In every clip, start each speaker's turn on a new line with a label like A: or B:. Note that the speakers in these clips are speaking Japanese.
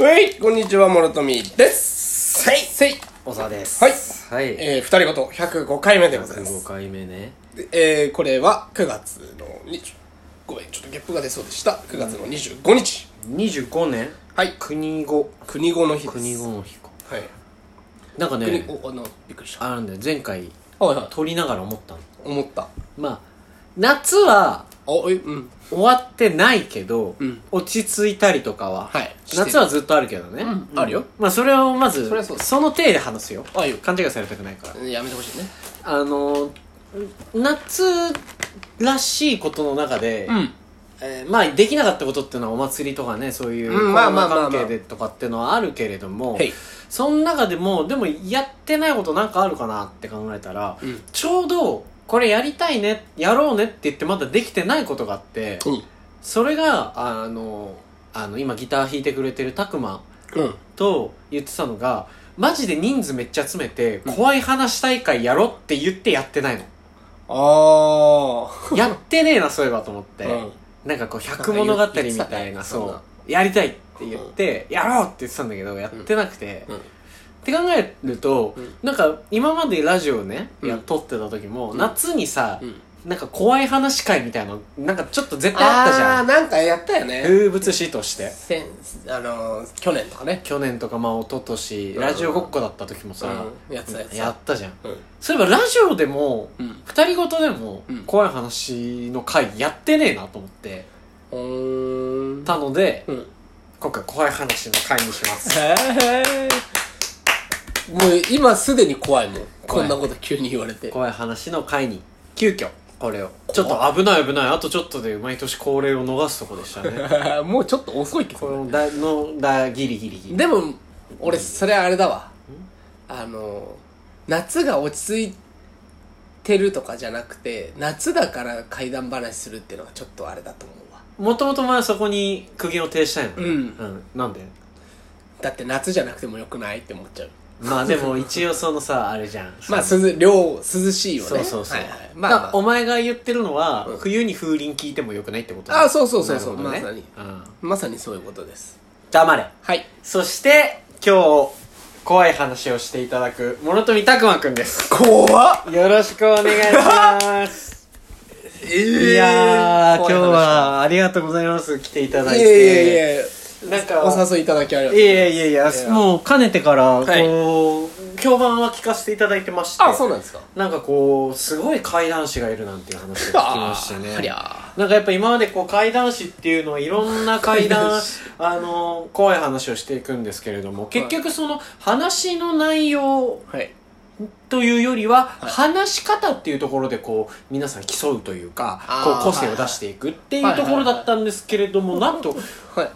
A: はい、こんにちは、諸富です。
B: はい
A: せい。
B: 小沢です
A: はい
B: はい、
A: えー、二人ごと105回目でございます
B: 105。回目ね
A: でえー、これは9月の20、ごめん、ちょっとゲップが出そうでした。9月の25日。
B: 25年
A: はい。
B: 国語
A: 国語の日です。
B: 国語。の日か
A: はい。
B: なんか
A: 国
B: ね
A: 語、あの、びっくりした。
B: あるんだよ前回
A: はいはい。
B: 撮りながら思ったの
A: 思った。あ、
B: まあ夏は
A: え、うん。
B: 終わってないけど、
A: うん
B: 落ち着いたりとかは、
A: はい
B: 夏はずっとあるけどね、
A: んあるよ
B: まあそれをまず
A: それはそうだ
B: の体で話すよ
A: あいいよ
B: 勘違いされたくないから
A: やめてほしいね。
B: あの夏らしいことの中で、
A: ん。
B: えーまあできなかったことっていうのはお祭りとかねそういう
A: うん
B: コロ
A: まあまあ
B: ナ
A: まあまあ
B: 関係でとかっていうのはあるけれども、
A: はい
B: その中でもでもやってないことなんかあるかなって考えたら、
A: うん
B: ちょうどこれやりたいねやろうねって言ってまだできてないことがあって、
A: うん。
B: それがあのあの今ギター弾いてくれてるたくま
A: うん。
B: と言ってたのがマジで人数めっちゃ集めて、怖い話大会やろうって言ってやってないの
A: あ
B: やってねえなそういえばと思って。
A: ー。うん。
B: なんかこう百物語み
A: なんか
B: た
A: 言ってた
B: い
A: ね
B: な
A: そんな
B: そうやりたいって言って、やろうって言ってたんだけどやってなくて、
A: うん
B: って考えると、
A: うん
B: なんか今までラジオね、
A: うん
B: やっ撮ってた時も、
A: うん
B: 夏にさ、
A: うん。
B: なんか怖い話会みたいなのなんかちょっと絶対あったじゃ
A: あー、
B: ん
A: なんかやったよね。
B: 風物詩として
A: せん、あのー、去年とかね。
B: 去年とかまあ一昨年
A: うん
B: ラジオごっこだった時もさ、
A: うんやってたやつ。
B: やったじゃん
A: うん。
B: そういえばラジオでも、
A: うん。
B: 二人ごとでも
A: うん
B: 怖い話の会やってねえなと思って
A: うーん。
B: たので、
A: うん。
B: 今回怖い話の会にします
A: もう今すでに怖いもん。こ
B: 怖
A: ん
B: い
A: なこと急に言われて。
B: 怖い話の回に急遽これをちょっと危ない危ないあとちょっとで毎年恒例を逃すとこでしたね
A: もうちょっと遅いけ
B: こ
A: どね。
B: のだのだギリギリギリ
A: でも、俺、それあれだわ。あの、夏が落ち着いてるとかじゃなくて、夏だから怪談話するっていうのがちょっとあれだと思うわ。
B: もともと前はそこに苦言を呈したいの
A: う
B: ね
A: ん。
B: うん、なんで
A: だって夏じゃなくてもよくないって思っちゃう。
B: まあでも一応そ のさあれじゃん
A: まあ、
B: その
A: 涼、涼、涼しいよね。
B: そうそうそう、
A: はいはいま
B: ま
A: あ
B: あ、
A: まあ、
B: お前が言ってるのは、
A: うん
B: 冬に風鈴聞いてもよくないってこと
A: あそうそうそうそう
B: なるほどね
A: ま
B: うん、
A: まさにそういうことです。
B: 黙れ
A: はい。
B: そして今日怖い話をしていただく諸富拓磨くんです
A: 怖っ
B: よろしくお願いします いやー、今日はありがとうございます。来ていただい
A: い
B: て。
A: やいやいや
B: なんか、
A: お誘いいただきありがとう
B: いやいやいや
A: いや
B: もうかねてから、
A: はい
B: こう、評判は聞かせていただいてまして。
A: あそうなんですか
B: なんかこう、すごい怪談師がいるなんていう話を聞きまして
A: あり
B: ね。
A: ゃ
B: なんかやっぱ今までこう怪談師っていうのはいろんな怪
A: 怪 談
B: 談
A: 師、
B: あの、怖い話をしていくんですけれども、結局その話の内容
A: はい
B: というよりは、
A: い
B: 話し方っていうところでこう皆さん競うというか
A: あ
B: こ
A: ー
B: う個性を出していくっていうところだったんですけれども、なんと
A: はい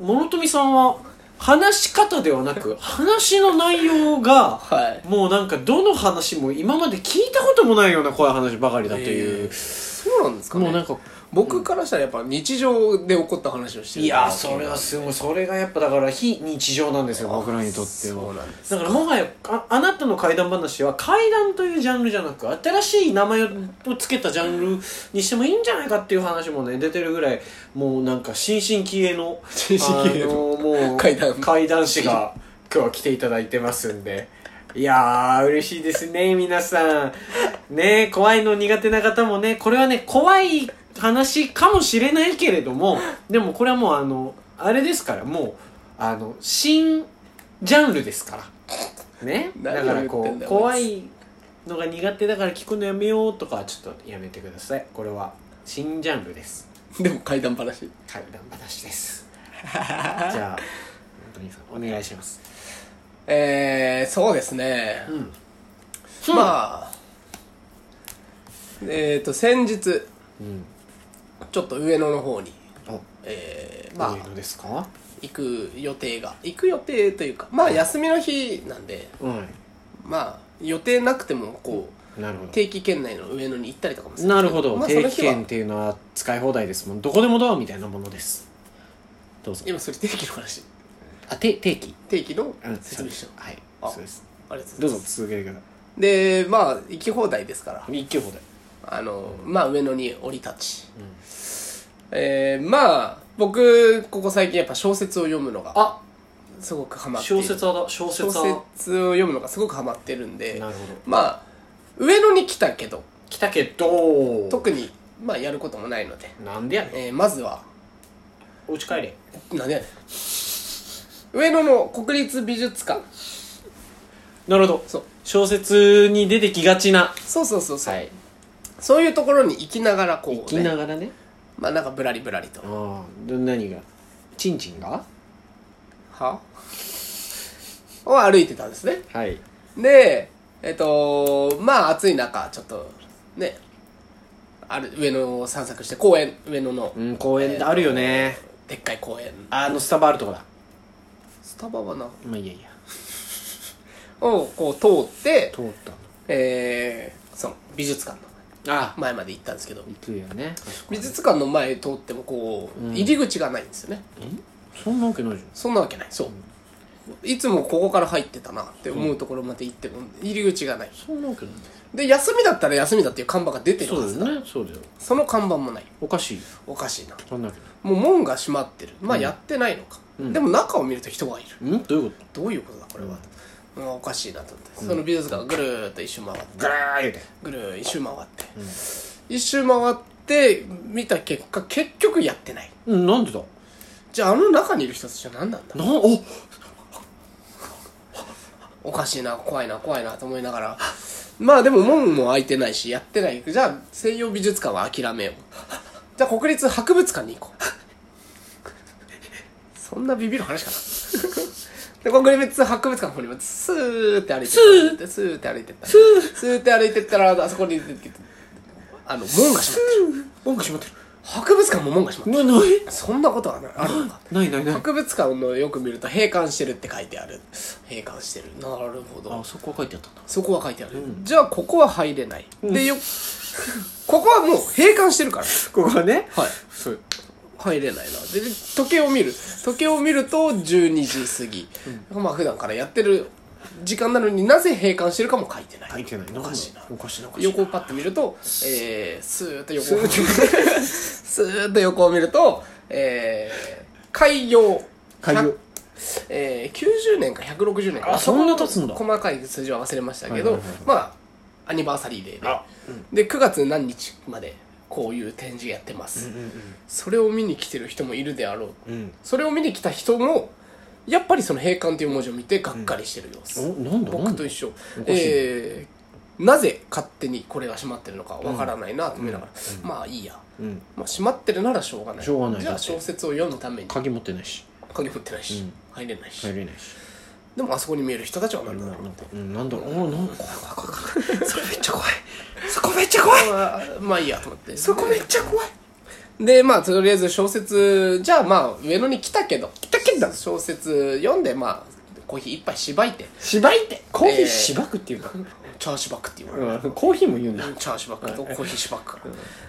B: 諸富さんは話し方ではなく話の内容が
A: はい
B: もうなんかどの話も今まで聞いたこともないような怖い話ばかりだという、
A: そうなんですかね
B: もうなんか
A: 僕からしたらやっぱ日常で起こった話をしてる
B: いやーそれはすごいそれがやっぱだから非日常なんですよ僕らにとって
A: そう
B: は
A: なんです
B: だからもはやああなたの怪談話は怪談というジャンルじゃなく新しい名前をつけたジャンルにしてもいいんじゃないかっていう話もね出てるぐらいもうなんか新進気鋭の
A: 新進気鋭の
B: あのもう
A: 怪談
B: 怪談師が今日は来ていただいてますんでいやー嬉しいですね皆さんね怖いの苦手な方もねこれはね怖い話かもしれないけれどもでもこれはもうあのあれですからもうあの新ジャンルですからねだ
A: 何
B: か
A: を言ってんだ
B: らこう
A: よ
B: 怖いのが苦手だから聞くのやめようとかはちょっとやめてくださいこれは新ジャンルです
A: でも怪談話
B: 怪談話ですじゃあ本当にさんお願いします
A: えー、そうですね
B: うん
A: まあえっと先日
B: うん
A: ちょっと上野の方に
B: お
A: えー、ま
B: まあ
A: あ
B: いのですか
A: 行く予定が行く予定というかまあ休みの日なんで
B: うん
A: まあ予定なくてもこう
B: なるほど
A: 定期圏内の上野に行ったりとかもするんです
B: な
A: け
B: るほど、
A: まあ、そ
B: 定
A: の
B: 期
A: 日は
B: 券っていうのは使い放題ですもんどこでもドアみたいなものですどうぞ
A: 今それ定期の話
B: あて定期
A: 定期の
B: うん
A: 説明書
B: はい
A: あ
B: そうです
A: ありがとうご
B: どう
A: ざい
B: ぞ
A: ます
B: 続けてくださ
A: でまあ行き放題ですから
B: い一級放題
A: あのまあ上野に降り立ち、えー、まあ僕ここ最近やっぱ小説を読むのが
B: あ
A: すごくハマってい
B: 小
A: る
B: 説派だ小説
A: 小
B: 派
A: 説を読むのがすごくハマってるんで
B: なるほど
A: まあ上野に来たけど
B: 来たけど
A: 特に、まあ、やることもないので、
B: なんでやねん
A: えーまずは
B: お家帰れ
A: なんで上野の国立美術館
B: なるほど
A: そう
B: 小説に出てきがちな
A: そうそうそうそう、
B: い
A: そういうところに行きながらこう、ね、
B: 行きながらね
A: まあなんかぶらりぶらりと
B: ああで何がちんちんが
A: はを歩いてたんですね
B: はい
A: でえっとまあ暑い中ちょっとねある上野を散策して公園上野の
B: うん公園であるよね
A: でっかい公園
B: あのスタバあるとこだ
A: スタバはな
B: まあいやいや
A: をこう通って
B: 通ったの
A: えー、その美術館の
B: あ
A: 前まで行ったんですけど
B: 行くよね
A: 美術館の前通ってもこう入り口がないんですよね、
B: そんなわけないじ
A: そんなわけないそういつもここから入ってたなって思うところまで行っても入り口がない
B: ゃんそんなわけない
A: で休みだったら休みだっていう看板が出てる
B: そう
A: は
B: だ
A: ずだ
B: よねそうだよ
A: その看板もない
B: おかしいよ
A: おかしいな
B: そんなわけ
A: もう門が閉まってるまあやってないのか、でも中を見ると人がいる
B: ないんどういうこと
A: どういうことだこれは、うんおかしいなと思ってその美術館をぐるーっと一周回って
B: ガラー言うて
A: ぐるー一周回って、一周回って見た結果結局やってない
B: うんなんでだ
A: じゃああの中にいる人たちは何なんだ
B: なんお
A: おかしいな怖いな怖いなと思いながらまあでも門も開いてないしやってないじゃあ西洋美術館は諦めようじゃあ国立博物館に行こうそんなビビる話かなで国立博物館の方にもスーって歩いてったスーって歩いてったスーって歩いてったらあそこに出てきてあの門が閉まってる
B: 音が閉まって
A: 博物館も門が閉まって
B: るなない
A: るそんなことはなあるのか
B: ないないない
A: 博物館のよく見ると閉館してるって書いてある閉館してるなるほど
B: あそこは書いてあったんだ
A: そこは書いてある、じゃあここは入れない、でよここはもう閉館してるから
B: ここはね
A: はい
B: そう
A: 入れないなでで時計を見る時計を見ると12時過ぎ、まあ普段からやってる時間なのになぜ閉館してるかも書いてない
B: 書いてない
A: おかしいな
B: おかしいなおかしいな
A: 横をパッと見ると、えー、スーッと横を見る スーッと横を見ると、えー、開業
B: 開業
A: 100えー、90年か160年か
B: あそんな経つんだ
A: 細かい数字は忘れましたけど、
B: はいはいはいはい
A: まあアニバーサリーデーで
B: あ
A: で9月何日までこういう展示やってます、それを見に来てる人もいるであろう
B: うん
A: それを見に来た人もやっぱりその閉館という文字を見てがっかりしてる様子、
B: おなんだな
A: 僕
B: んだ
A: と一緒
B: お、かしい
A: えー、なぜ勝手にこれが閉まってるのかわからないなと思いながら、まあいいや、
B: うん
A: まあ、閉まってるならしょうがない
B: しょうがない
A: じゃ
B: だ
A: あ
B: って
A: 小説を読むために
B: 鍵持ってないし
A: 鍵持ってないし、
B: うん
A: 入れないし、
B: 入れないし
A: でもあそこに見える人たちは何だろう
B: なんかうんなんだろうおなんか怖い怖い怖いそれめっちゃ怖いそこめっちゃ怖い
A: まあまあいいやと思って
B: そこめっちゃ怖い
A: でまあとりあえず小説じゃあまあ上野に来たけど来たけど小説読んでまあコーヒー一杯しばいて
B: しばいてコーヒ
A: えー
B: ーしばくっていうか
A: チャーシュバックって言われる、
B: うんコーヒーも言うんだ
A: チャーシュバックとコーヒーシュバックか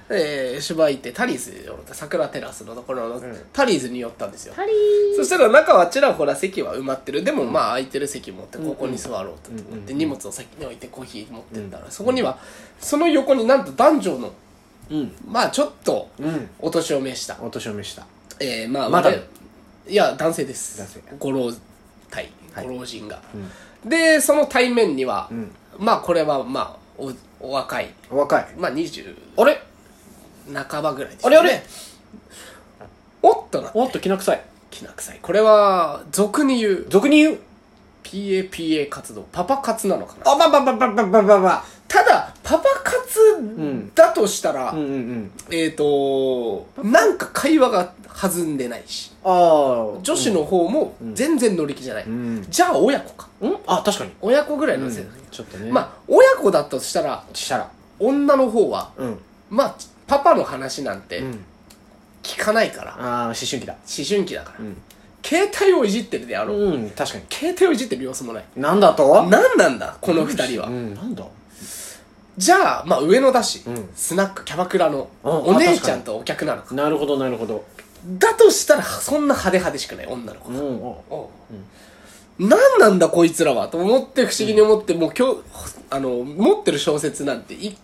A: ら、えー、しばいてタリーズに寄った桜テラスのところの、タリーズに寄ったんですよ
B: リー
A: そしたら中はちらほら席は埋まってるでもまあ空いてる席持ってここに座ろうと思って、荷物を先に置いてコーヒー持ってったら、そこにはその横になんと男女の
B: うん
A: まあちょっと
B: うん
A: お年を召した
B: お年を召した
A: えー、まあ
B: まだ
A: 我々いや男性です
B: 男性
A: ご老体
B: はい
A: ご老人が、でその対面には、
B: ん
A: まあこれはまあおお若い
B: お若い
A: まあ20
B: あれ
A: 半ばぐらいです
B: あ
A: よ
B: れ
A: ね、
B: あれ
A: おっとな
B: おっときな臭い
A: きな臭いこれは俗に言う
B: 俗に言う
A: PAPA 活動パパ活なのかな
B: あばばばばばばばば
A: ただパパ活だとしたら、
B: うんうんうん
A: えっ、となんか会話が弾んでないし
B: ああ
A: 女子の方も全然乗り気じゃない、
B: ん
A: じゃあ親子か
B: うんあ確かに
A: 親子ぐらいの世代、
B: ちょっとね
A: まあ親子だとしたら
B: したら
A: 女の方は
B: うん
A: まあパパの話なんて
B: ん
A: 聞かないから、思
B: ああ思春期だ
A: 春期だから、
B: ん
A: 携帯をいじってるであろう、
B: うん確かに
A: 携帯をいじってる様子もない
B: なんだと
A: 何なんだこの二人は、
B: うんなんだ
A: じゃあまあ上野だし、
B: ん
A: スナックキャバクラの
B: うん
A: お姉ちゃんとお客なのか
B: なるほどなるほど
A: だとしたらそんな派手派手しくない女の子
B: う、んあ
A: おう何なんだこいつらはと思って不思議に思って、もう今日あの持ってる小説なんてい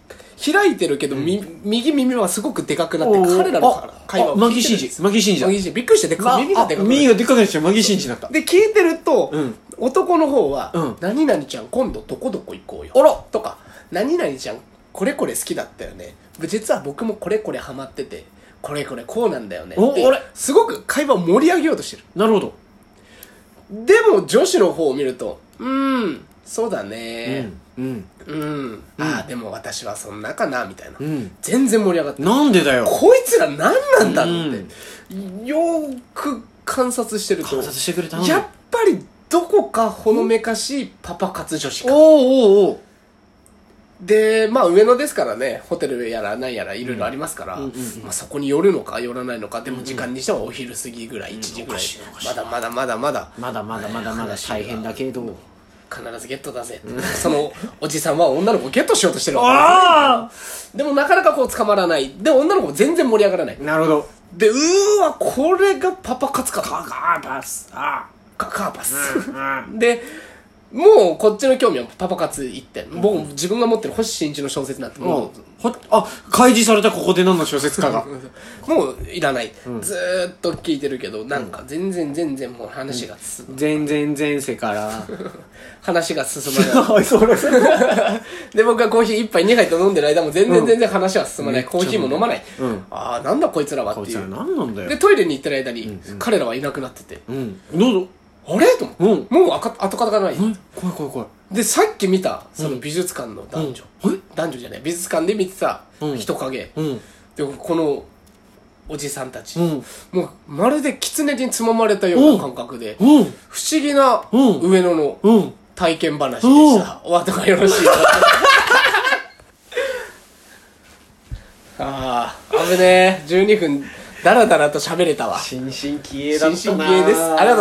A: 開いてるけど、み右耳はすごくでかくなって
B: おー
A: 彼らのから
B: あ
A: 会話を
B: マギ
A: 聞いて
B: シン
A: るんです
B: ジマギシンジだ
A: マギシンジびっくりしてでか
B: あ
A: 耳がでかくな
B: 耳
A: る
B: がでっかくなっちゃうマギシンジになった
A: で聞いてると、
B: うん
A: 男の方は、
B: うん
A: 何々ちゃん今度どこどこ行こうよ
B: あら
A: とか何々ちゃんこれこれ好きだったよね実は僕もこれこれハマっててこれこれこうなんだよね
B: お
A: って
B: あれ
A: すごく会話を盛り上げようとしてる
B: なるほど
A: でも女子の方を見るとうーんそうだね
B: うん
A: うん、ああでも私はそんなかなみたいな、
B: うん
A: 全然盛り上がって
B: なんでだよ
A: こいつら何なんだろうって、よーく観察してると
B: 観察してくれたの
A: やっぱりどこかほのめかしいパパ活女子
B: お
A: か
B: おおう
A: でまあ上野ですからねホテルやら何やらいろいろありますから、
B: うんうんうん
A: まあ、そこに寄るのか寄らないのかでも時間にしてはお昼過ぎぐらい、1時ぐ
B: おから
A: い
B: しいおかしい
A: まだまだまだまだ
B: おうまだまだまだまだ大変だけど
A: 必ずゲットだぜ、そのおじさんは女の子をゲットしようとしてるわ
B: あ
A: けですでもなかなかこう捕まらないで女の子も全然盛り上がらない
B: あなるほど
A: でうーわこれがパパ活か
B: カ
A: カ
B: カーパスあ
A: カカーパス、
B: あ
A: でもうこっちの興味はパパ活一点僕も自分が持ってる星新一の小説なんて
B: も
A: も
B: うほあ開示されたここで何の小説家が
A: う、もういらない、ずーっと聞いてるけどなんか全然全然もう話が進む、
B: 全然前世から
A: 話が進まない
B: それ
A: で僕がコーヒー1杯2杯と飲んでる間も全然全然話は進まない、コーヒーも飲まない、
B: うん
A: ああなんだこいつらは
B: こ
A: っ
B: い
A: てい
B: つら
A: う
B: 何なんだ
A: で
B: よ
A: トイレに行ってる間に、彼らはいなくなってて
B: うんどうぞ
A: あれと思って、もうあか跡形がない、
B: え怖い怖い怖い
A: でさっき見たその美術館の男女、
B: うんえ
A: 男女じゃない美術館で見てた
B: うん
A: 人影、
B: うん
A: でこのおじさんたち、
B: うん
A: もうまるで狐につままれたような感覚で、
B: うん
A: 不思議な
B: うん
A: 上野の
B: うん
A: 体験話でした、お後がよろしいようで ああ危ねえ12分だらだらと喋れたわ
B: 新進気鋭だっ
A: 新
B: た
A: 進
B: な
A: 系ですありがとうございます